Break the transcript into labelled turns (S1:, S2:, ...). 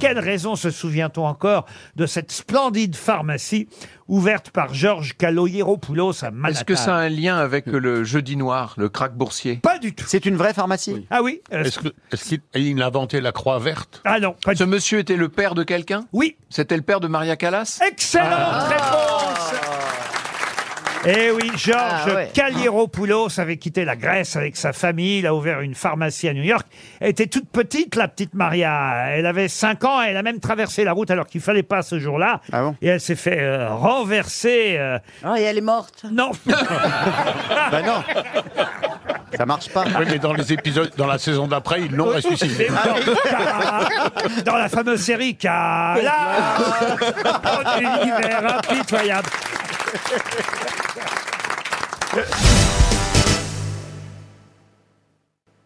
S1: quelle raison se souvient-on encore de cette splendide pharmacie ouverte par Georges Kaloyeropoulos à Manhattan
S2: Est-ce que ça a un lien avec le jeudi noir, le crack boursier
S1: Pas du tout.
S3: C'est une vraie pharmacie
S1: Ah oui euh,
S4: Est-ce que- est-ce qu'il il a inventé la croix verte
S1: Ah non, pas du
S2: Ce
S1: tout.
S2: monsieur était le père de quelqu'un
S1: Oui,
S2: C'était le père de Maria Callas
S1: excellente
S2: Ah.
S1: réponse eh oui, Georges
S5: Ah ouais.
S1: Kaloyeropoulos avait quitté la Grèce avec sa famille, il a ouvert une pharmacie à New York. Elle était toute petite, la petite Maria. Elle avait 5 ans, elle a même traversé la route alors qu'il fallait pas ce jour-là.
S3: Ah bon
S1: et elle s'est fait euh, renverser. euh,
S5: Ah, et elle est morte.
S1: Non,
S3: Bah non Ça marche pas.
S4: Oui, mais dans les épisodes, dans la saison d'après, ils l'ont ressuscité.
S1: dans la fameuse série Kala, un univers impitoyable.